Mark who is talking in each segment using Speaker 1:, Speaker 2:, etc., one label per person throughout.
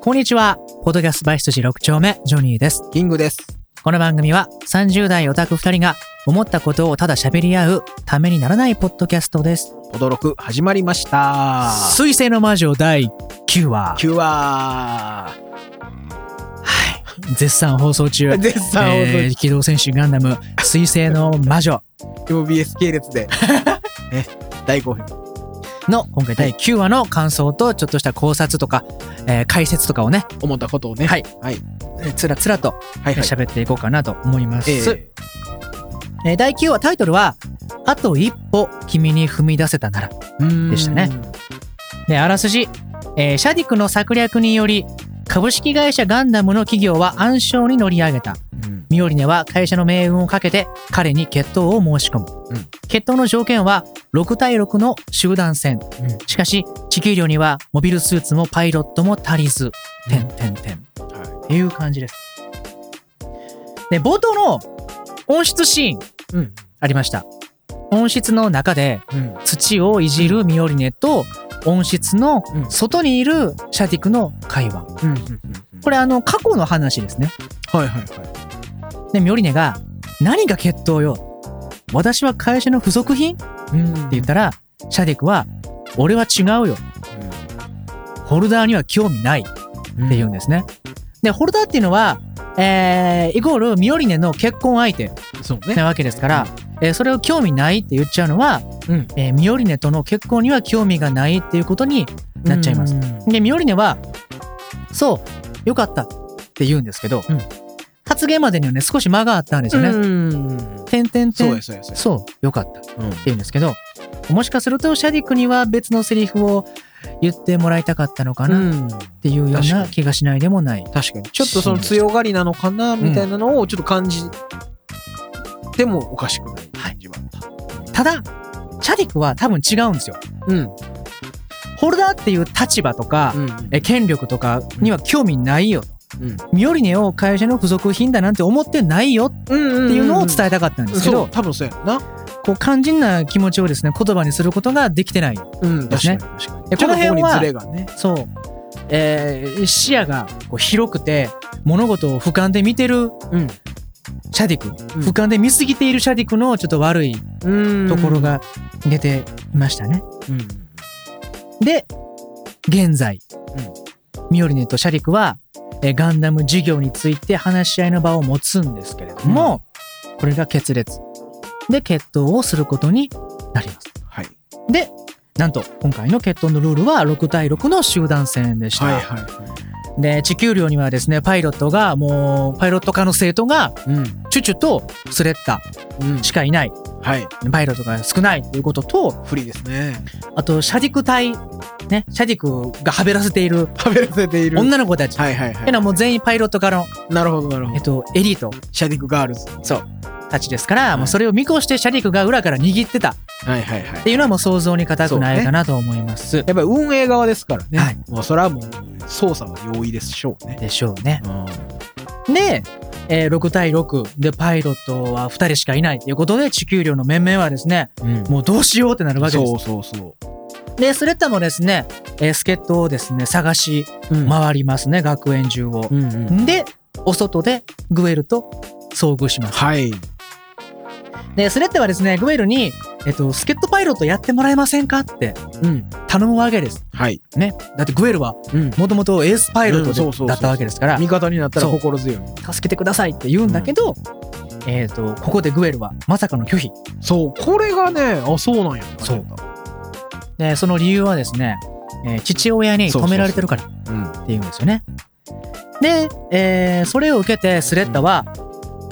Speaker 1: こんにちは。ポッドキャストバイ羊6丁目、ジョニーです。
Speaker 2: キングです。
Speaker 1: この番組は30代オタク2人が思ったことをただ喋り合うためにならないポッドキャストです。
Speaker 2: 驚く始まりました。
Speaker 1: 水星の魔女第9話。
Speaker 2: キュア
Speaker 1: 絶賛放送中。
Speaker 2: ー。絶賛放
Speaker 1: えー機動戦士ガンダム、水星の魔女
Speaker 2: 送 MBS 系列で。ね、第5編。
Speaker 1: の今回第9話の感想とちょっとした考察とか、えー解説とかをね、
Speaker 2: 思ったことをね。
Speaker 1: はい。
Speaker 2: はい。
Speaker 1: えーつらつらと
Speaker 2: はい、
Speaker 1: えー
Speaker 2: はい。
Speaker 1: 喋っていこうかなと思います。
Speaker 2: えー
Speaker 1: えー第9話タイトルは、あと一歩君に踏み出せたなら。
Speaker 2: うーん
Speaker 1: でしたね。で、あらすじ。えーシャディクの策略により、株式会社ガンダムの企業は暗礁に乗り上げた。
Speaker 2: うん
Speaker 1: ミオリネは会社の命運をかけて彼に決闘を申し込む。
Speaker 2: うん
Speaker 1: 決闘の条件は6対6の集団戦。
Speaker 2: うん
Speaker 1: しかし、地球量にはモビルスーツもパイロットも足りず、
Speaker 2: うん
Speaker 1: てんてんてん。っ
Speaker 2: は
Speaker 1: ていう感じです。で、冒頭の温室シーン
Speaker 2: い。うん。
Speaker 1: ありました。温室の中で
Speaker 2: うん。
Speaker 1: 土をいじるミオリネと温室の
Speaker 2: うん
Speaker 1: 外にいるシャディクの会話。
Speaker 2: うん。
Speaker 1: これあの過去の話ですね。
Speaker 2: れ。はいはいは
Speaker 1: で、ミオリネが何が決闘よ私は会社の付属品って
Speaker 2: い。うん。って
Speaker 1: 言ったら、シャディクは俺は違うよ。
Speaker 2: っ
Speaker 1: ホルダーには興味ないってて言うん
Speaker 2: ね。
Speaker 1: ですね。で、ホルダーっていうのは、えー、イコールミオリネの結婚相手
Speaker 2: そうね。
Speaker 1: なわけですから、えーそれを興味ないって言っちゃうのは、
Speaker 2: うん
Speaker 1: えーミオリネとの結婚には興味がないっていうことになっちゃいます。
Speaker 2: うん
Speaker 1: で、ミオリネは、そう、よかったって言うんですけど、
Speaker 2: うん
Speaker 1: 発言までにはね、少し間があったんですよね。
Speaker 2: うん。
Speaker 1: てんてんて
Speaker 2: そうで
Speaker 1: ん。
Speaker 2: す、そうです。
Speaker 1: そう、よかったって
Speaker 2: うん。
Speaker 1: 言うんですけど、もしかするとシャディクには別のセリフを言ってもらいたかったのかなっ
Speaker 2: うん
Speaker 1: ていうよう
Speaker 2: 確か
Speaker 1: な
Speaker 2: に
Speaker 1: 気がしないでもない。
Speaker 2: 確かに。ちょっとその強がりなのかな、みたいなのをちょっと感じてもおかしくない感じはあった。
Speaker 1: ただ、シャディクは多分違うんですよ。
Speaker 2: うん。
Speaker 1: ホルダーっていう立場とか、
Speaker 2: うん
Speaker 1: え権力とかには興味ないよ。
Speaker 2: うん
Speaker 1: ミオリネを会社の付属品だなんて思ってないよっ
Speaker 2: うん
Speaker 1: ていうのを
Speaker 2: え
Speaker 1: 伝えたかったんですけど、
Speaker 2: そう多分そうやんな。
Speaker 1: こう肝心な気持ちをですね言葉にすることができてない
Speaker 2: うん
Speaker 1: ですね
Speaker 2: 確かに
Speaker 1: えこの辺
Speaker 2: ちょっとここ
Speaker 1: は
Speaker 2: にズレがね。
Speaker 1: そう、えー視野がこう広くて物事を俯瞰で見てる
Speaker 2: うん。
Speaker 1: シャディク、
Speaker 2: ん
Speaker 1: 俯瞰で見すぎているシャディクのちょっと悪いところが出ていましたね、
Speaker 2: うん。
Speaker 1: で現在、
Speaker 2: うん
Speaker 1: ミオリネとシャディクは、えーガンダム事業について話し合いの場を持つんですけれども、これが決裂で決闘をすることになります
Speaker 2: はい。
Speaker 1: で、なんと今回の決闘のルールは6対6の集団戦でした。
Speaker 2: はいはい。
Speaker 1: で、地球寮にはですね、パイロットがもう、パイロット科の生徒が、
Speaker 2: うん。
Speaker 1: チュチュとスレッタ
Speaker 2: うん。
Speaker 1: しかいない、
Speaker 2: はい。
Speaker 1: パイロットが少ないということと、
Speaker 2: 不利ですね。
Speaker 1: あと、シャディク隊、ね、シャディクがはべらせている
Speaker 2: 食べらせている。
Speaker 1: 女の子たち。
Speaker 2: はいはいは
Speaker 1: ってのはもう
Speaker 2: い。
Speaker 1: 全員パイロット科の、
Speaker 2: なるほどなるほ
Speaker 1: えっ
Speaker 2: ど。
Speaker 1: と、エリート
Speaker 2: シャディクガールズ。
Speaker 1: たちですから、
Speaker 2: い
Speaker 1: もうそれを見越してシャディクが裏から握ってたっ
Speaker 2: はいはいはい
Speaker 1: て。いうのはもう想像に難くないかなと思います。
Speaker 2: やっぱり運営側ですからね。
Speaker 1: はい
Speaker 2: もうそれはもう操作は容易でしょうね。
Speaker 1: でしょうね。
Speaker 2: うん。
Speaker 1: で、えー6対6でパイロットは2人しかいないということで地球量の面々はですね
Speaker 2: うん
Speaker 1: もうどうしようってなるわけで
Speaker 2: そ
Speaker 1: す
Speaker 2: うそうそ
Speaker 1: でスレッタもですね、えー、助っ人をですね探し
Speaker 2: う。うん。
Speaker 1: 回りますね、学園中を
Speaker 2: う、んうん。
Speaker 1: でお外でグエルと遭遇します
Speaker 2: はい。
Speaker 1: でスレッタはですねグエルに、えっと「助っ人パイロットやってもらえませんか?」って
Speaker 2: うん。
Speaker 1: 頼むわけです
Speaker 2: はい。
Speaker 1: ねだってグエルは
Speaker 2: うん。
Speaker 1: もともとエースパイロッ
Speaker 2: うんそうそう
Speaker 1: ト
Speaker 2: そ
Speaker 1: で
Speaker 2: う
Speaker 1: だったわけですから
Speaker 2: 味方になったら
Speaker 1: そう
Speaker 2: 心強い。
Speaker 1: 助けてくださいって言うんだけど、えっとここでグエルはまさかの拒否
Speaker 2: そう、これがね、あ、そうなんやって感じだった。
Speaker 1: でその理由はですね、えー父親に止められてるからっ
Speaker 2: うん。
Speaker 1: ていうんですよね。で、えーそれを受けてスレッタは、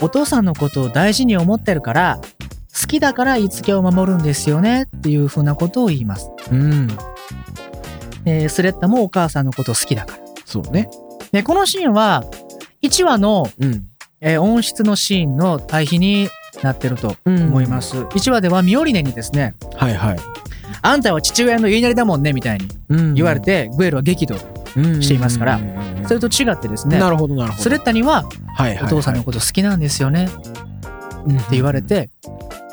Speaker 1: お父さんのことを大事に思ってるから好きだから言いつけを守るんですよねっていうふうなことを言います。
Speaker 2: うん。
Speaker 1: でスレッタもお母さんのこと好きだから。
Speaker 2: そうね。
Speaker 1: でこのシーンは1話の、
Speaker 2: うん。
Speaker 1: えー音質のシーンの対比になってると思いま。す。1話ではミオリネにですね
Speaker 2: はいはい。
Speaker 1: 「あんたは父親の言いなりだもんね」みたいに
Speaker 2: うん
Speaker 1: 言われ、て、グエルは激怒。していますから
Speaker 2: うんうんうん
Speaker 1: それと違ってですね
Speaker 2: なるほどなるほど。
Speaker 1: スレッタには
Speaker 2: はいはい
Speaker 1: お父さんのこと好きなんですよねって
Speaker 2: とって
Speaker 1: 言われ。て、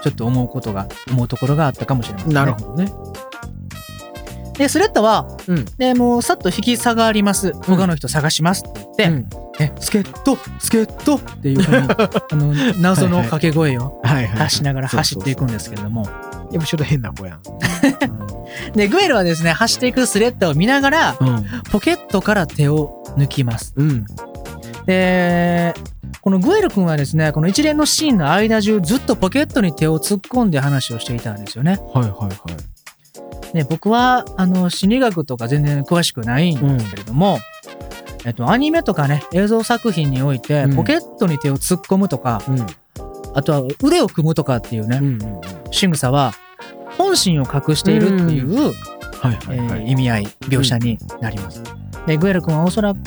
Speaker 1: ちょっと思うことが、思うところがあったかもしれません、ね。
Speaker 2: なるほどね。
Speaker 1: で、スレッタは、
Speaker 2: うん
Speaker 1: で、もうさっと引き下がります。他の人探しますって言って、
Speaker 2: うん
Speaker 1: え、助っ人、助っ人っていうふ うに、あの、謎の掛け声を
Speaker 2: はいはい
Speaker 1: 出しながら走っていくんですけれども。
Speaker 2: やっぱちょっと変な子やん。
Speaker 1: で、グエルはですね、走っていくスレッタを見ながら、
Speaker 2: うん。
Speaker 1: ポケットから手を抜きます。
Speaker 2: うん。
Speaker 1: で、このグエル君はですね、この一連のシーンの間中、ずっとポケットに手を突っ込んで話をしていたんですよね。
Speaker 2: はいはいはい。
Speaker 1: ね、僕は、あの、心理学とか全然詳しくないんですけれども、えっと、アニメとかね、映像作品において
Speaker 2: う、ん
Speaker 1: ポケットに手を突っ込むとか、
Speaker 2: うん。
Speaker 1: あとは腕を組むとかっていうね、
Speaker 2: うんうんうん。
Speaker 1: 仕草は、本心を隠しているっていう、
Speaker 2: はいはいは
Speaker 1: え
Speaker 2: い。
Speaker 1: ー意味合い描写になります。でグエル君はおそらく、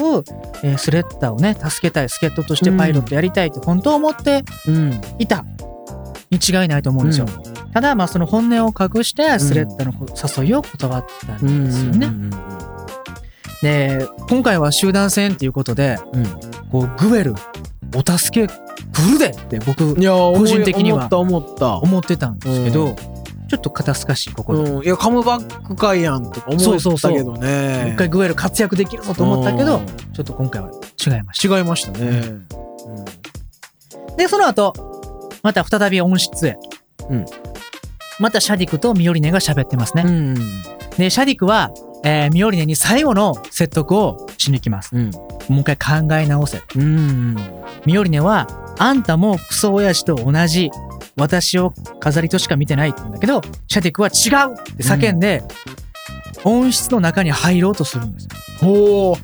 Speaker 1: えースレッタをね助けたい助っ人としてパイロットやりたいって本当は思って
Speaker 2: うん。
Speaker 1: いたに違いないと思うんですよ。ただまあその本音を隠してスレッタの誘いを断った
Speaker 2: うんん。
Speaker 1: ですよね。
Speaker 2: うん
Speaker 1: で今回は集団戦っていうことで
Speaker 2: うん
Speaker 1: こうグエルお助け来るでって僕
Speaker 2: うん。いや、個
Speaker 1: 人的に
Speaker 2: 思
Speaker 1: は
Speaker 2: った思っ
Speaker 1: 思ってたんですけど、
Speaker 2: うん
Speaker 1: ちょっと肩透かしいこ
Speaker 2: た。
Speaker 1: こで。
Speaker 2: うん。いや、カムバックかいやんとか思ったけどね。
Speaker 1: もう一回グエル活躍できるぞと思ったけど、
Speaker 2: う
Speaker 1: ちょっと今回は違いました。
Speaker 2: ん違いましたね。
Speaker 1: で、その後、また再び温室へ。
Speaker 2: うん
Speaker 1: またシャディクとミオリネが喋ってますね。
Speaker 2: ん。
Speaker 1: で、シャディクは、えーミオリネに最後の説得をしに来ます。
Speaker 2: うん。
Speaker 1: もう一回考え直せ。
Speaker 2: うん。
Speaker 1: ミオリネは、あんたもクソ親父と同じ、私を飾りとしか見てないって言うんだけど、シャディクは違うって叫んで、温室の中に入ろうとするんですよ。
Speaker 2: ほ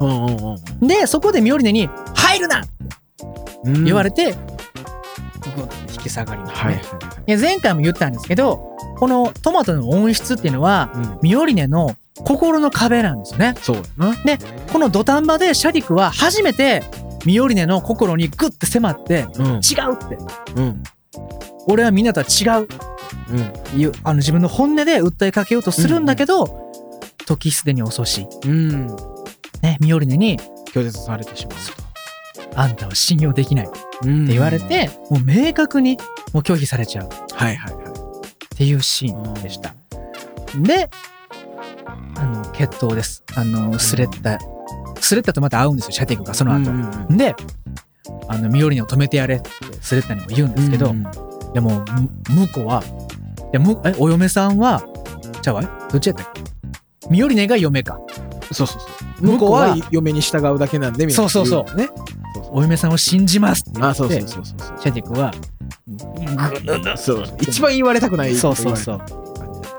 Speaker 2: う。うんうんうん。
Speaker 1: で、そこでミオリネに、入るな
Speaker 2: うん
Speaker 1: 言われて、グッと引き下がりますね。
Speaker 2: はいはい
Speaker 1: で前回も言ったんですけどこのトマトの音質っていうのは
Speaker 2: はい。うん。
Speaker 1: ミオリネの心の壁なんですよね
Speaker 2: そうやな。
Speaker 1: でこの土壇場でシャディクは初めてミオリネの心にグッて迫って
Speaker 2: うん
Speaker 1: 違うって
Speaker 2: うん。
Speaker 1: 俺はみんなとは違ういうあの自分の本音で訴えかけようとするんだけど、時すでに遅し
Speaker 2: うん。うん。
Speaker 1: ねミオリネに
Speaker 2: 拒絶されてしまう
Speaker 1: あんたは信用できないって
Speaker 2: と。うん
Speaker 1: 言われ。て、もう明確にもう拒否されちゃうっ
Speaker 2: はいはいはい。
Speaker 1: ていうシーンでした。で、あの、決闘です。あの、スレッタ、スレッタとまた会うんですよ、シャティクが、その後。で、あの、ミオリネを止めてやれって、スレッタにも言うんですけど、いやもう、む向こうは、いや、む、え、お嫁さんは、ちゃうわいどっちやったっけミオリネが嫁か。
Speaker 2: そうそうそう。
Speaker 1: 向
Speaker 2: 向こ
Speaker 1: こう
Speaker 2: う
Speaker 1: は
Speaker 2: は嫁に従うだけなんでみたいな。
Speaker 1: そうそう
Speaker 2: う。ね。
Speaker 1: お嫁さんを信じますって言って、
Speaker 2: あ、そうそうそうそうそう。
Speaker 1: シャティクは、
Speaker 2: そう一番言われたくない。
Speaker 1: そうそうそう。っ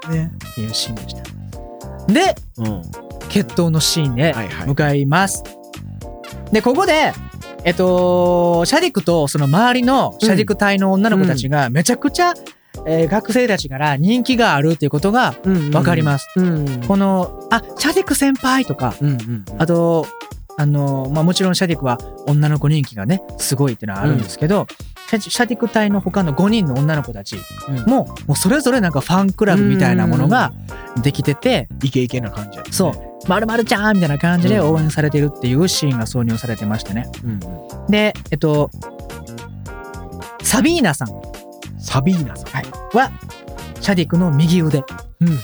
Speaker 2: う。ね。
Speaker 1: ていうシーンでした。で、
Speaker 2: うん。
Speaker 1: 決闘のシーンへ
Speaker 2: はいはい
Speaker 1: 向かいます。で、ここで、えっと、シャディクとその周りのシャディク隊の女の子たちがめちゃくちゃ、えー学生たちから人気があるっていうことが
Speaker 2: うん
Speaker 1: わかり
Speaker 2: す。
Speaker 1: ます。
Speaker 2: うん。
Speaker 1: この、あ、シャディク先輩とか、
Speaker 2: うんうん。
Speaker 1: あと、あの、まあ、もちろんシャディクは女の子人気がね、すごいっていうのはあるんですけど、シャシャディク隊の他の5人の女の子たちも、もうそれぞれなんかファンクラブみたいなものができてて、
Speaker 2: イケイケな感じやったね。
Speaker 1: そう。まるまるちゃんみたいな感じで応援されてるっていうシーンが挿入されてましたね。
Speaker 2: うんうん。
Speaker 1: で、えっと、サビーナさん
Speaker 2: サビーナさん。はい。
Speaker 1: は、シャディクの右腕。
Speaker 2: うんうん。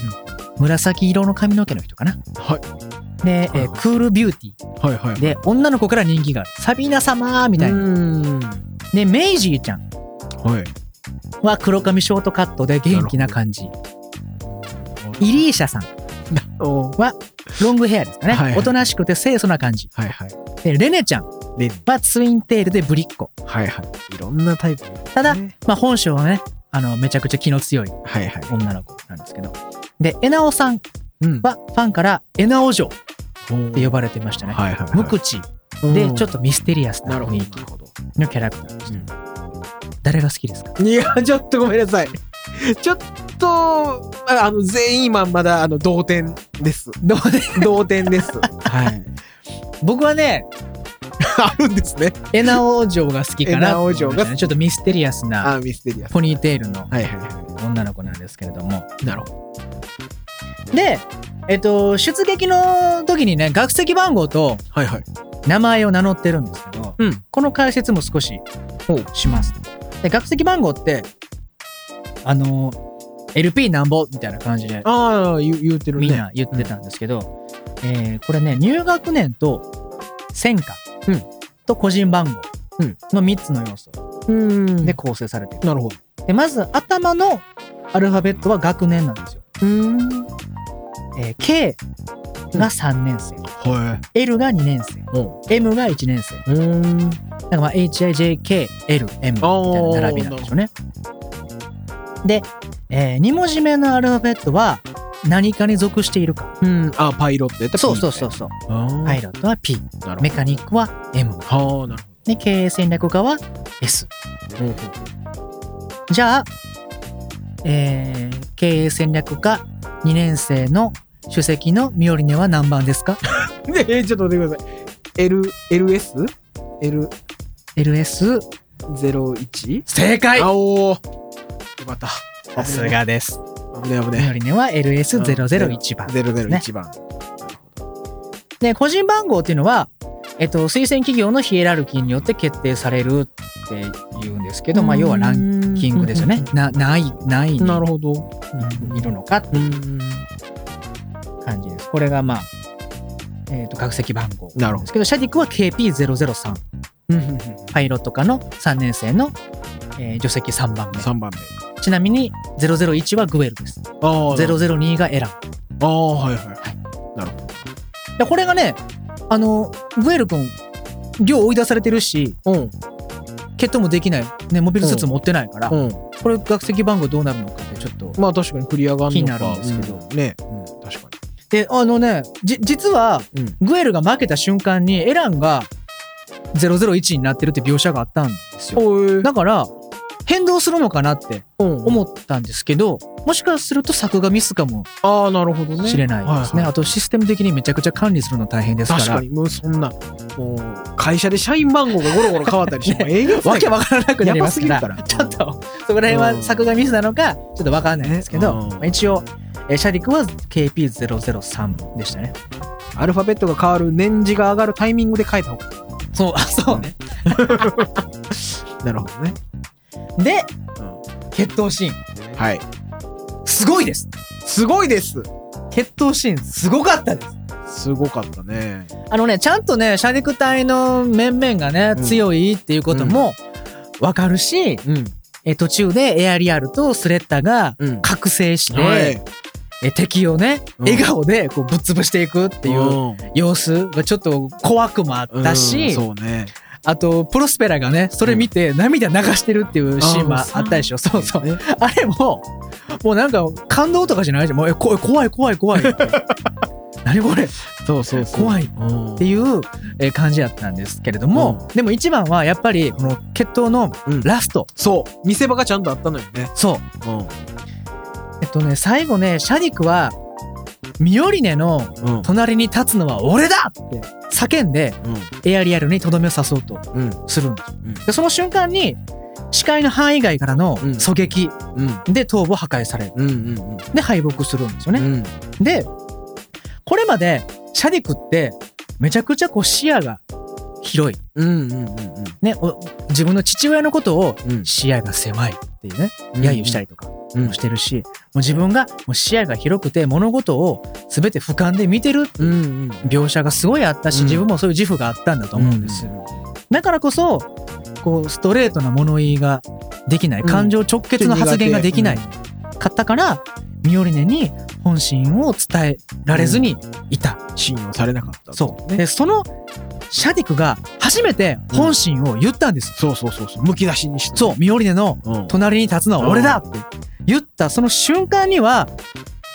Speaker 1: 紫色の髪の毛の人かな。
Speaker 2: はい。
Speaker 1: で、え
Speaker 2: はい
Speaker 1: ークールビューティ
Speaker 2: はいはい。
Speaker 1: ー。で、女の子から人気がある。サビーナ様ーみ
Speaker 2: み
Speaker 1: たいな。
Speaker 2: な。
Speaker 1: で、メイジーちゃん
Speaker 2: はい。
Speaker 1: は黒髪ショートカットで元気な感じ。イリーシャさん、
Speaker 2: お
Speaker 1: ロングヘアですかね。
Speaker 2: はいはい
Speaker 1: おとなしくて清楚な感じ。
Speaker 2: はいはい。
Speaker 1: で、レネちゃん
Speaker 2: レン
Speaker 1: はツインテールでぶりっ子。
Speaker 2: はいはい。いろんなタイプ。
Speaker 1: ただ
Speaker 2: ね
Speaker 1: まあ、本性はね、あの、めちゃくちゃ気の強い
Speaker 2: はいはい。
Speaker 1: 女の子なんですけど。で、エナオさん
Speaker 2: うん。
Speaker 1: はファンからエナオ嬢
Speaker 2: っ
Speaker 1: って呼ばれてましたね。
Speaker 2: はいはいはい。
Speaker 1: 無口でちょっとミステリアスな
Speaker 2: なるほど
Speaker 1: 雰囲
Speaker 2: な
Speaker 1: 気
Speaker 2: るほど。
Speaker 1: のキャラクターでした。誰が好きで すか
Speaker 2: いや、ちょっとごめんなさい。ちょっと、ああの、全員今まだ、あの、同点です。
Speaker 1: どうで
Speaker 2: 同点 です。はい。
Speaker 1: 僕はね、
Speaker 2: あるんですね。
Speaker 1: エナオ嬢が好きかな
Speaker 2: エナオ嬢が
Speaker 1: ちょっとミステリアスな
Speaker 2: あミステリアス。
Speaker 1: ポニーテールの
Speaker 2: はいはいは
Speaker 1: 女の子なんですけれども。
Speaker 2: い。なるほど。
Speaker 1: で、えっと、出撃の時にね、学籍番号と
Speaker 2: はいはい。
Speaker 1: 名前を名乗ってるんですけど、
Speaker 2: うん。
Speaker 1: この解説も少しします。で学籍番号ってあの LP なんぼみたいな感じで
Speaker 2: ああ、言う言うてる
Speaker 1: みん
Speaker 2: ね。
Speaker 1: な言ってたんですけど、えーこれね入学年と専科
Speaker 2: うん
Speaker 1: と個人番号
Speaker 2: うん
Speaker 1: の3つの要素
Speaker 2: うん
Speaker 1: で
Speaker 2: で、
Speaker 1: 構成されている、
Speaker 2: なるほど。
Speaker 1: でまず頭のアルファベットは学年なんですよ、
Speaker 2: うん。
Speaker 1: えー K が3年生、
Speaker 2: は
Speaker 1: L が2年生
Speaker 2: い。う
Speaker 1: M が1年生
Speaker 2: ん。うん。
Speaker 1: なんかまあ HIJKLM みたいな並びなんでしょうね。で、え2文字目のアルファベットは何かに属しているか。
Speaker 2: うん。あ、パイロットやった。
Speaker 1: そうそうそううそう。
Speaker 2: は
Speaker 1: パ
Speaker 2: い。
Speaker 1: イロットは P、
Speaker 2: なる
Speaker 1: メカニックは M、
Speaker 2: ほど。はあ、なる
Speaker 1: で経営戦略家は S。
Speaker 2: ほど。
Speaker 1: じゃあ、えー経営戦略家2年生の主席のミオリネは何番ですか
Speaker 2: ねえ、ちょっと待ってください。L、LS?L01?
Speaker 1: ?LS。正解
Speaker 2: あおー。よかった。
Speaker 1: さすがです。
Speaker 2: 危ね危
Speaker 1: ミオ
Speaker 2: ね。
Speaker 1: リネは LS001 番。
Speaker 2: 001番。
Speaker 1: で個人番号っていうのは、えっと、推薦企業のヒエラルキーによって決定されるって言うんですけど、まあ、要はラン
Speaker 2: ン
Speaker 1: キングですよね。。なないないに
Speaker 2: なるほど。
Speaker 1: うんいるのかって
Speaker 2: うん。
Speaker 1: 感じです。これがまあ、えっと学籍番号
Speaker 2: なる
Speaker 1: で
Speaker 2: ほ
Speaker 1: すけどシャディックは KP003
Speaker 2: ど。
Speaker 1: パイロット科の3年生の、えー、助席3番目
Speaker 2: 3番目。
Speaker 1: ちなみに001はグエルです
Speaker 2: ああ。
Speaker 1: 002がエラン
Speaker 2: ああ、はいはい。
Speaker 1: でこれがねあのグエル君寮追い出されてるし
Speaker 2: うん。
Speaker 1: 決闘もできない、ね、モビルスーツ持ってないから、
Speaker 2: うん。
Speaker 1: これ学籍番号どうなるのかってちょっと。
Speaker 2: まあ確かにクリアがあるのか
Speaker 1: 気になるんですけど
Speaker 2: うんね、確か
Speaker 1: で、あのね、じ、実は、
Speaker 2: に。うん。
Speaker 1: グエルが負けた瞬間にエランが001になってるって描写があったんですよ。
Speaker 2: おえ。
Speaker 1: だから、変動するのかなって
Speaker 2: うん。
Speaker 1: 思ったんですけど、もしかすると作画ミスかも
Speaker 2: ああ、なるほどね。
Speaker 1: しれないですね。
Speaker 2: はは
Speaker 1: あとシステム的にめちゃくちゃ管理するの大変ですから。
Speaker 2: 確かに、もうそんな、もう、会社で社員番号がゴロゴロ変わったりして、もう営業
Speaker 1: わけわからなくな
Speaker 2: や
Speaker 1: り
Speaker 2: ば
Speaker 1: ますす
Speaker 2: ぎ
Speaker 1: か
Speaker 2: る
Speaker 1: ら。
Speaker 2: から。
Speaker 1: ちょっと、そこら辺は作画ミスなのか、ちょっとわかんないんですけど、
Speaker 2: うん
Speaker 1: まあ一応、えーシャディクは KP003 でしたね。
Speaker 2: アルファベットが変わる年次が上がるタイミングで変えた方が
Speaker 1: そう、あ、そう ね。
Speaker 2: なるほどね。
Speaker 1: で、
Speaker 2: うん
Speaker 1: 決闘シーン。
Speaker 2: はい。
Speaker 1: すごいです
Speaker 2: すごいです
Speaker 1: 決闘シーンすごかったです
Speaker 2: すごかったね。
Speaker 1: あのねちゃんとね射肉隊の面々がね、
Speaker 2: うん
Speaker 1: 強いっていうこともわかるし、
Speaker 2: うん。
Speaker 1: え途中でエアリアルとスレッタが
Speaker 2: うん。
Speaker 1: 覚醒して、
Speaker 2: はい。
Speaker 1: え敵をね、
Speaker 2: うん
Speaker 1: 笑顔でこうぶっ潰していくっていう様子がちょっと怖くもあ
Speaker 2: う
Speaker 1: っ
Speaker 2: ん。
Speaker 1: たし、
Speaker 2: そうね。
Speaker 1: あとプロスペラがねそれ見て涙流してるっていうシーンもあったでしょ、そうそう
Speaker 2: ね。
Speaker 1: あれも、もうなんか感動とかじゃないじゃん。もうえこ怖い怖い怖いって。 何これっ
Speaker 2: そうそうそう。
Speaker 1: 怖い
Speaker 2: うん。
Speaker 1: ていうえー感じだったんですけれども、でも一番はやっぱりこの決闘の
Speaker 2: うん
Speaker 1: ラスト。
Speaker 2: そう。見せ場がちゃんとあったのよね。
Speaker 1: そう。
Speaker 2: う
Speaker 1: えっとね、最後ね、シャディクは、ミオリネの
Speaker 2: ん。うん。
Speaker 1: 隣に立つのは俺だって叫んで、エアリアルにとどめを刺そうと
Speaker 2: うん。
Speaker 1: するんです
Speaker 2: うん。
Speaker 1: で、その瞬間に、視界の範囲外からの
Speaker 2: うん
Speaker 1: 狙撃
Speaker 2: うん。
Speaker 1: で頭部を破壊される。
Speaker 2: うんうんうん。
Speaker 1: で、敗北するんですよね。
Speaker 2: うん。
Speaker 1: で、これまでシャディクってめちゃくちゃこう視野が広い。
Speaker 2: うんうん
Speaker 1: ね、お自分の父親のことを
Speaker 2: うん
Speaker 1: 視野が狭いっていうね、
Speaker 2: うん。
Speaker 1: 揶揄した
Speaker 2: い。
Speaker 1: りとかも
Speaker 2: うん。
Speaker 1: してるし、もう自分がもう視野が広くて物事を全て俯瞰で見てる
Speaker 2: うんうん。
Speaker 1: 描写がすごいあった
Speaker 2: う
Speaker 1: し、
Speaker 2: ん
Speaker 1: 自分もそういう自負があったんだと思うんです。
Speaker 2: うんうん
Speaker 1: だからこそ、こうストレートな物言いができない、
Speaker 2: うん
Speaker 1: 感情直結の発言ができない、かったから、ミオリネに本心を伝えられずにいた。
Speaker 2: 信用されなかった。
Speaker 1: そう。で、そのシャディクが初めて本心を言ったんです。
Speaker 2: そうそうそうそう。むき出しにして。
Speaker 1: そう、ミオリネの
Speaker 2: うん。
Speaker 1: 隣に立つのは俺だって言ったその瞬間には、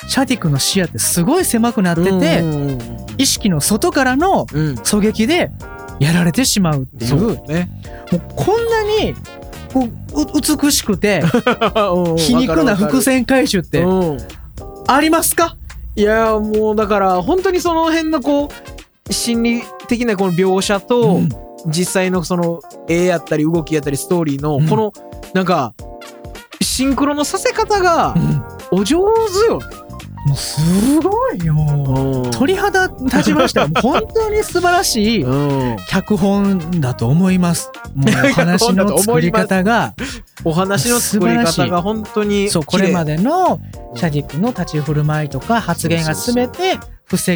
Speaker 1: シャディクの視野ってすごい狭くなって
Speaker 2: う
Speaker 1: て、
Speaker 2: んうん
Speaker 1: 意識の外からの
Speaker 2: うんうん。
Speaker 1: 狙撃でやられてしまうっていう、
Speaker 2: そ
Speaker 1: も
Speaker 2: う
Speaker 1: う
Speaker 2: ね。
Speaker 1: こんなにこうう美しくて皮
Speaker 2: 皮
Speaker 1: 肉な伏線回収って
Speaker 2: うん。
Speaker 1: ありますか
Speaker 2: いやーもうだから本当にその辺のこう心理的なこの描写と
Speaker 1: うん
Speaker 2: 実際のその絵やったり動きやったりストーリーの
Speaker 1: うん
Speaker 2: このなんかシンクロのさせ方が
Speaker 1: うん
Speaker 2: お上手よね。
Speaker 1: もうすごいよ。鳥肌立ちました よ。もう本当に素晴らしい
Speaker 2: うん、
Speaker 1: 脚本だと思 います。もう話
Speaker 2: 脚本だと
Speaker 1: の
Speaker 2: 思
Speaker 1: 作
Speaker 2: い
Speaker 1: り
Speaker 2: ます
Speaker 1: 方が、
Speaker 2: お話の作り方が本当に
Speaker 1: そう、これま
Speaker 2: で
Speaker 1: でのシャディックの立ち振る舞いとか発言が全て布石、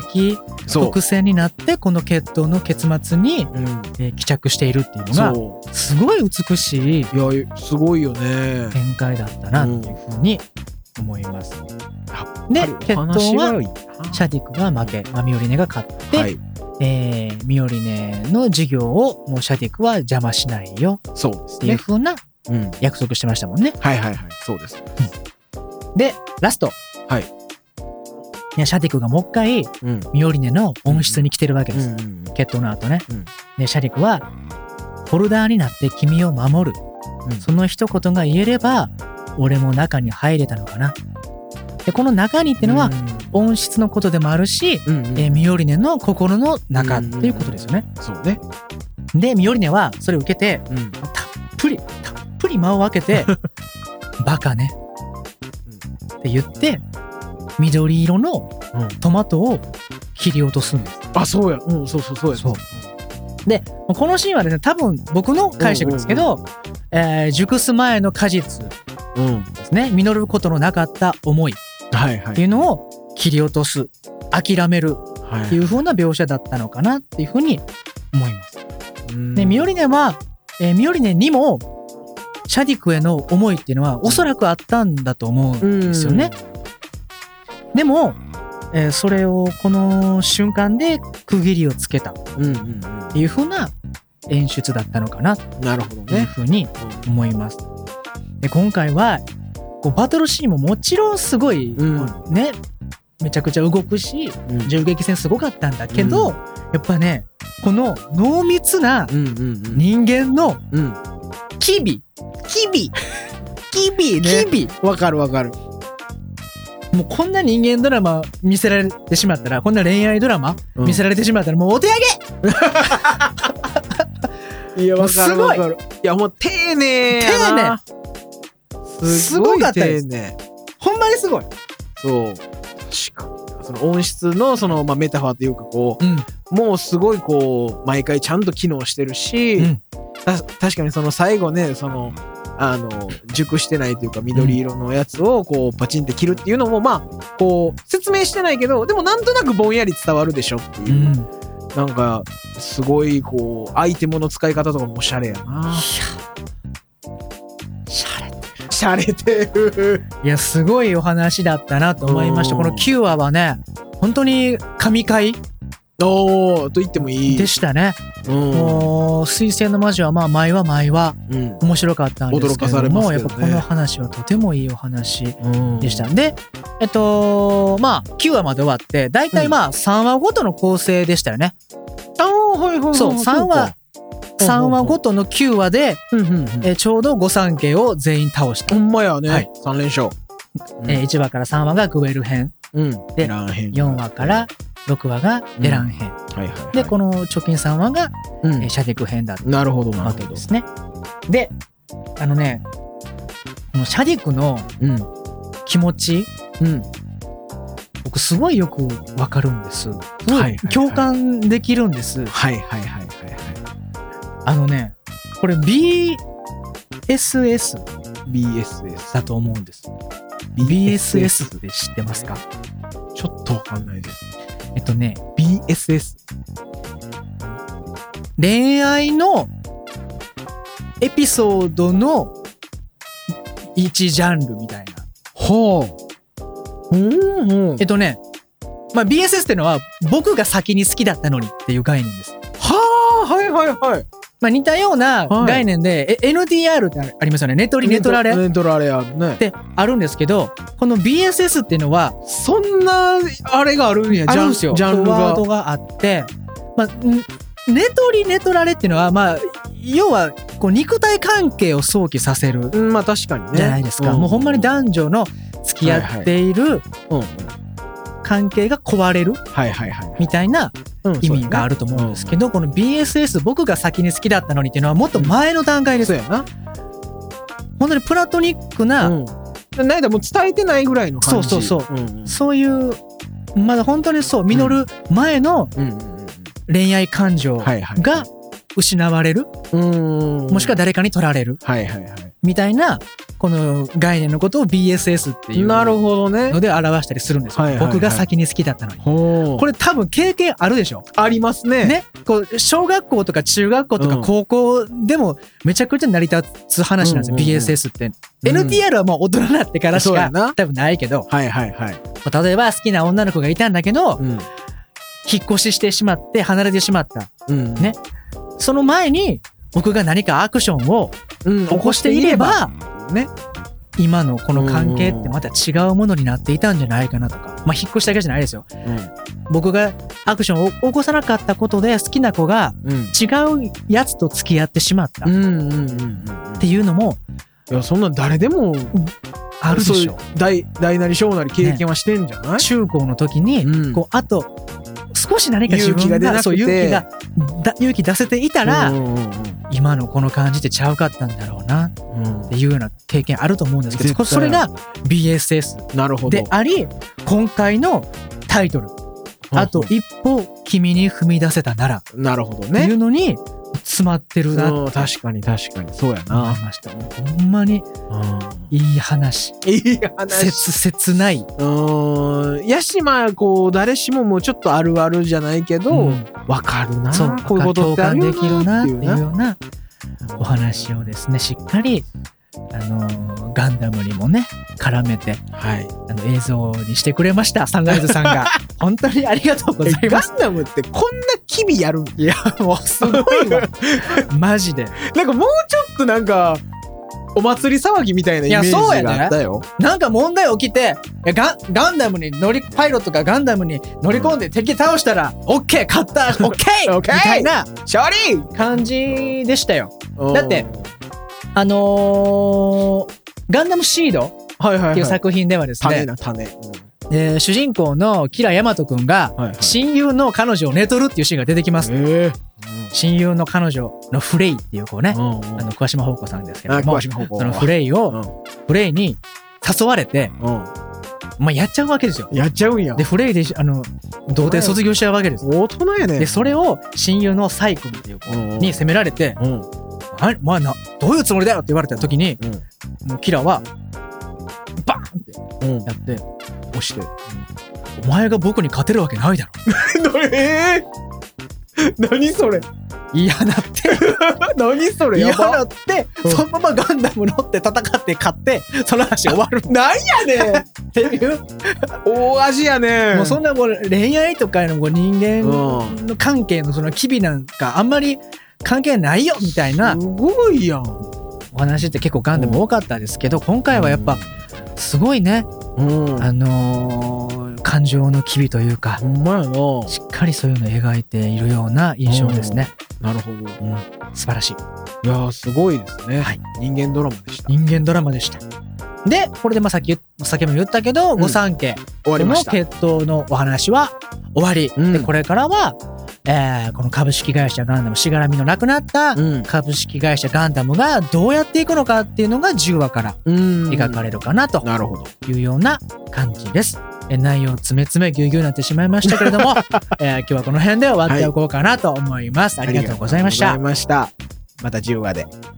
Speaker 2: そう
Speaker 1: 特性になって、この決闘の結末に、
Speaker 2: うん
Speaker 1: えー帰着しているっていうのが、
Speaker 2: そ
Speaker 1: すごい美しいう
Speaker 2: いやすごいよね
Speaker 1: 展開だったなっていうふうに思います。で
Speaker 2: やっぱり
Speaker 1: 決闘
Speaker 2: お話
Speaker 1: は
Speaker 2: がいいな
Speaker 1: シャディックが負け、まあ、ミオリネが勝って、
Speaker 2: はい
Speaker 1: えーミオリネの授業をもうシャディックは邪魔しないよ
Speaker 2: そうです
Speaker 1: っていう
Speaker 2: ね
Speaker 1: ふうな
Speaker 2: うん
Speaker 1: 約束してましたもんね。
Speaker 2: はいはいはいそうです
Speaker 1: でラスト、
Speaker 2: はい
Speaker 1: ねシャディックがもう一回
Speaker 2: うん
Speaker 1: ミオリネの温室に来てるわけです。
Speaker 2: うんうん
Speaker 1: 決闘の後ね、
Speaker 2: うん
Speaker 1: でシャディックは「ホルダーになって君を守る」
Speaker 2: うん
Speaker 1: その一言が言えれば俺も中に入れたのかな。でこの中にってのは音質のことでもあるし、
Speaker 2: うんうん
Speaker 1: えーミオリネの心の中っていうことですよね。
Speaker 2: そうね
Speaker 1: でミオリネはそれを受けて
Speaker 2: うん
Speaker 1: たっぷりたっぷり間を空け て「バカね」って言って緑色の
Speaker 2: うん
Speaker 1: トマトを切り落とすんです。
Speaker 2: あそうやうんそうそうそうや
Speaker 1: そうこのシーンはですね多分僕の解釈ですけど、えー熟す前の果実
Speaker 2: うん
Speaker 1: ですね実ることのなかった思い
Speaker 2: はいは
Speaker 1: って
Speaker 2: い
Speaker 1: いうのを切り落とす諦める
Speaker 2: は
Speaker 1: っていう風な描写だったのかなっていう風に思います。
Speaker 2: うん
Speaker 1: でミオリネは、えーミオリネにもシャディクへの思いっていうのはおそらくあったんだと思うんですよね。でも、えーそれをこの瞬間で区切りをつけたっ
Speaker 2: うんうんうん
Speaker 1: ていう風な演出だったのかなっ
Speaker 2: なるほど
Speaker 1: ていう
Speaker 2: ね
Speaker 1: 風に思います。で今回はこうバトルシーンももちろんすごい、
Speaker 2: うん
Speaker 1: ねめちゃくちゃ動くし
Speaker 2: うん
Speaker 1: 銃撃戦すごかったんだけど、
Speaker 2: うん
Speaker 1: やっぱねこの濃密な
Speaker 2: うんうんうん
Speaker 1: 人間の
Speaker 2: うん
Speaker 1: 機微機微機微
Speaker 2: ね
Speaker 1: 機微
Speaker 2: わかるわかる
Speaker 1: もうこんな人間ドラマ見せられてしまったらこんな恋愛ドラマ
Speaker 2: うん
Speaker 1: 見せられてしまったらもうお手上げ、
Speaker 2: いや、わか
Speaker 1: す
Speaker 2: る
Speaker 1: ご
Speaker 2: わ
Speaker 1: い
Speaker 2: かる。いや、もう丁寧やな。丁
Speaker 1: すごかった
Speaker 2: 丁
Speaker 1: です
Speaker 2: 寧。
Speaker 1: ほんまにすごい、
Speaker 2: そう。確かに。その音質のその、まあ、メタファーというかこ
Speaker 1: うん、
Speaker 2: うもうすごいこう毎回ちゃんと機能してるし、
Speaker 1: うん
Speaker 2: た確かにその最後ねそのあの熟してないというか緑色のやつをこうパチンって切るっていうのもまあこう説明してないけどでもなんとなくぼんやり伝わるでしょっていう、
Speaker 1: いや
Speaker 2: なんかすごいこうアイテムの使い方とかもおしゃれやな
Speaker 1: シャレ
Speaker 2: しゃれてる
Speaker 1: いやすごいお話だったなと思いました
Speaker 2: うん
Speaker 1: この9話はね本当に神回
Speaker 2: おーと言ってもいい。
Speaker 1: でしたね、
Speaker 2: うん
Speaker 1: もう「水星の魔女」はまあ毎話毎話
Speaker 2: うん
Speaker 1: 面白かったんですけ
Speaker 2: 驚か
Speaker 1: れども
Speaker 2: されますけどね
Speaker 1: やっぱこの話はとてもいいお話
Speaker 2: うん
Speaker 1: でした。で、えっと、まあ、9話まで終わって、だいたいまあ、3話ごとの構成でしたよね。
Speaker 2: あーはいはいはい
Speaker 1: そう、3話、
Speaker 2: うん
Speaker 1: 3話ごとの9話で、
Speaker 2: うんうんうん
Speaker 1: えーちょうど五三家を全員倒した。
Speaker 2: ほんまやね。
Speaker 1: はい
Speaker 2: 3連勝。うん
Speaker 1: え1話から3話がグエル編、
Speaker 2: うん。
Speaker 1: で
Speaker 2: エラン編
Speaker 1: 4話から6話がエラン編。
Speaker 2: はいはいはい。
Speaker 1: で、この貯金3話が、
Speaker 2: う
Speaker 1: え
Speaker 2: ん
Speaker 1: ーシャディク編だっ
Speaker 2: なるほど
Speaker 1: た
Speaker 2: な
Speaker 1: わ
Speaker 2: る
Speaker 1: け
Speaker 2: ほど
Speaker 1: で。すね。で、あのね、このシャディクの
Speaker 2: うん
Speaker 1: 気持ち、
Speaker 2: うん。
Speaker 1: 僕すごいよくわかるんです。すご
Speaker 2: はいはいは
Speaker 1: い
Speaker 2: い
Speaker 1: 共感できるんです。
Speaker 2: はいはいはいはいはい。
Speaker 1: あのね、これ BSS
Speaker 2: BSS。
Speaker 1: だと思うんです。BSS って知ってますか
Speaker 2: ちょっとわかんないです。
Speaker 1: えっとね、
Speaker 2: BSS。
Speaker 1: 恋愛のエピソードの一ジャンルみたいな。
Speaker 2: ほう。うんうん。
Speaker 1: えっとね、まあ、BSS ってのは僕が先に好きだったのにっていう概念です。
Speaker 2: はあはいはいはい。
Speaker 1: まあ、似たような
Speaker 2: はい
Speaker 1: 概念で、え NDR ってありますよね。ネトリネトラレっ
Speaker 2: ネトラレあるね。
Speaker 1: てあるんですけど、この BSS っていうのは
Speaker 2: そんなあれがあるんや。
Speaker 1: あるんですよ。
Speaker 2: ジャンジャンル
Speaker 1: ワー
Speaker 2: が
Speaker 1: ド。があって、まあ、んネトリネトラレっていうのは、まあ、要はこう肉体関係を想起させる
Speaker 2: うんまあ確かにね。
Speaker 1: じゃないですか、
Speaker 2: ん
Speaker 1: もうほんまに男女の付き合っている
Speaker 2: うんうん
Speaker 1: 関係が壊れる
Speaker 2: はいはいはい。
Speaker 1: みたいな意味があ
Speaker 2: る
Speaker 1: ると思うんですけど、この BSS 僕が先に好きだったのにっていうのはもっと前の段階です、
Speaker 2: そうやな。
Speaker 1: 本当にプラトニックな
Speaker 2: うんなんやったらもう伝えてないぐらいの感じ
Speaker 1: そうそう
Speaker 2: そう、うんうん
Speaker 1: そういうまだ本当にそう実る前の
Speaker 2: うんうんうん
Speaker 1: 恋愛感情
Speaker 2: うんはいはい
Speaker 1: が失われる、
Speaker 2: うん
Speaker 1: もしくは誰かに取られる
Speaker 2: はいはいはい
Speaker 1: みたいなこの概念のことを BSS っていう
Speaker 2: なる
Speaker 1: の
Speaker 2: ほどね
Speaker 1: で表したりするんですよ、
Speaker 2: はいはいはい
Speaker 1: 僕が先に好きだったのに。
Speaker 2: ほう
Speaker 1: これ多分経験あるでしょ
Speaker 2: ありますね
Speaker 1: ね、こう小学校とか中学校とか
Speaker 2: うん
Speaker 1: 高校でもめちゃくちゃ成り立つ話なんですよ、
Speaker 2: うんうんうん
Speaker 1: BSS って、
Speaker 2: うん
Speaker 1: NTR はもう大人になってからし
Speaker 2: そうや
Speaker 1: か
Speaker 2: な
Speaker 1: 多分ないけど
Speaker 2: はいはいはい、
Speaker 1: 例えば好きな女の子がいたんだけど、
Speaker 2: うん
Speaker 1: 引っ越ししてしまって離れてしまった
Speaker 2: うん
Speaker 1: ねその前に僕が何かアクションを
Speaker 2: うん、
Speaker 1: 起こしていれば
Speaker 2: ね
Speaker 1: 今のこの関係ってまた違うものになっていたんじゃないかなとかまあ引っ越しだけじゃないですよ僕がアクションを起こさなかったことで好きな子が
Speaker 2: うんうん
Speaker 1: 違うやつと付き合ってしまった
Speaker 2: う
Speaker 1: っ
Speaker 2: んうんうんうん
Speaker 1: ていうのも
Speaker 2: いやそんなん誰でも
Speaker 1: あるで
Speaker 2: そうい
Speaker 1: し
Speaker 2: う
Speaker 1: ょ
Speaker 2: 大大なり小なり経験はしてんじゃない、
Speaker 1: 中高の時に
Speaker 2: うん
Speaker 1: こうあと少し何か自分
Speaker 2: 勇気が出なく
Speaker 1: が
Speaker 2: て
Speaker 1: そう勇気がだ勇気出せていた
Speaker 2: う
Speaker 1: ら
Speaker 2: んうん
Speaker 1: 今のこの感じってちゃうかったんだろうな
Speaker 2: うんうん
Speaker 1: っていうような経験あると思うんですけ
Speaker 2: 絶
Speaker 1: ど
Speaker 2: 対
Speaker 1: それが BSS
Speaker 2: なるほど
Speaker 1: であり今回のタイトル「あと一歩君に踏み出せたなら」っ
Speaker 2: なるほど
Speaker 1: てい
Speaker 2: ね
Speaker 1: うのに詰まってるなと
Speaker 2: うん確かに確かにそうや
Speaker 1: 思
Speaker 2: な、
Speaker 1: いましたほんまに
Speaker 2: うん
Speaker 1: いい話
Speaker 2: いい
Speaker 1: 切
Speaker 2: 話
Speaker 1: 切ない、
Speaker 2: うんやしまあこう誰しももうちょっとあるあるじゃないけど、
Speaker 1: うん
Speaker 2: わかるな
Speaker 1: そう
Speaker 2: こういうこと
Speaker 1: 共
Speaker 2: ってあ
Speaker 1: 感
Speaker 2: る
Speaker 1: でき
Speaker 2: よ
Speaker 1: る
Speaker 2: な
Speaker 1: な
Speaker 2: っ
Speaker 1: ってて
Speaker 2: い
Speaker 1: いうう
Speaker 2: な
Speaker 1: ようなお話をですねしっかりあのーガンダムにもね絡めて
Speaker 2: はい
Speaker 1: あの映像にしてくれましたサンライズさ んが本当にありがとうござ
Speaker 2: え
Speaker 1: い
Speaker 2: ガ
Speaker 1: ます
Speaker 2: ンダムってこんな機微やるいや
Speaker 1: もうすごいわマジで
Speaker 2: なんかもうちょっとなんかお祭り騒ぎみたいなイメージ
Speaker 1: いやそうやね
Speaker 2: があったよ。
Speaker 1: なんか問題起きてえガンガンダムに乗りパイロットがガンダムに乗り込んで敵倒したら、オッケー勝った オッケー
Speaker 2: オッ
Speaker 1: み
Speaker 2: ケー
Speaker 1: たいな
Speaker 2: 勝利
Speaker 1: 感じでしたよ
Speaker 2: だ
Speaker 1: だって、あのーガンダムシード
Speaker 2: はいはい、はい。
Speaker 1: っていう作品ではですね、
Speaker 2: 種な種。
Speaker 1: えー主人公のキラヤマトくんが
Speaker 2: はいはい
Speaker 1: 親友の彼女を寝取るっていうシーンが出てきます、
Speaker 2: え
Speaker 1: 親友の彼女のフレイっていう子ね、
Speaker 2: うん
Speaker 1: あの桑島芳子さんですけ
Speaker 2: あ
Speaker 1: ども
Speaker 2: 詳しい方向
Speaker 1: その
Speaker 2: は
Speaker 1: フレイを、
Speaker 2: う
Speaker 1: フレイに誘われて、
Speaker 2: ん
Speaker 1: まあ、やっちゃうわけですよ
Speaker 2: うんやっちゃうんや
Speaker 1: で。フレイであの童貞卒業しちゃうわけですよ
Speaker 2: 大人やね。
Speaker 1: でそれを親友のサイ君っていう子
Speaker 2: うんうん
Speaker 1: に責められて
Speaker 2: うん。
Speaker 1: 「あれお前などういうつもりだよ」って言われた時にもうキラはバーンって
Speaker 2: うん。うん。
Speaker 1: やって
Speaker 2: 押して。
Speaker 1: 「お前が僕に勝てるわけないだろ
Speaker 2: えー、何それ」
Speaker 1: 嫌なって
Speaker 2: 何それ
Speaker 1: 嫌
Speaker 2: やば
Speaker 1: なって
Speaker 2: うん
Speaker 1: そのままガンダム乗って戦って勝ってその話終わる
Speaker 2: なんや ねん
Speaker 1: っていう
Speaker 2: 大味やねん
Speaker 1: もうそんなもう恋愛とかのこう人間
Speaker 2: う
Speaker 1: の関係のその機微なんかあんまり関係ないよみたいな
Speaker 2: すごいやん。
Speaker 1: お話って結構ガンダム多かったですけど今回はやっぱすごいね
Speaker 2: うん。うん。
Speaker 1: あのー感情の機微というか
Speaker 2: ほんまやな。
Speaker 1: しっかりそういうのを描いているような印象ですね、
Speaker 2: なるほど。
Speaker 1: うん、素晴らしい
Speaker 2: いやーすごいですね。
Speaker 1: はい
Speaker 2: 人間ドラマでした。
Speaker 1: 人間ドラマでしたでこれでまあさっき言っ先も言ったけど
Speaker 2: ん
Speaker 1: 御三家
Speaker 2: 終わ
Speaker 1: こ
Speaker 2: りま
Speaker 1: の
Speaker 2: した。
Speaker 1: 決闘のお話は終わり、
Speaker 2: うん
Speaker 1: でこれからは、えーこの株式会社ガンダムしがらみのなくなった
Speaker 2: うん。
Speaker 1: 株式会社ガンダムがどうやっていくのかっていうのが10話から
Speaker 2: うん
Speaker 1: 描かれるかなと
Speaker 2: なるほど。
Speaker 1: いうような感じです。え内容詰め詰めぎゅうぎゅうになってしまいましたけれど も、えー今日はこの辺で終わっておこうかなと思います。ありがとうございまし
Speaker 2: あ
Speaker 1: た
Speaker 2: り。がとうございました。また10話で。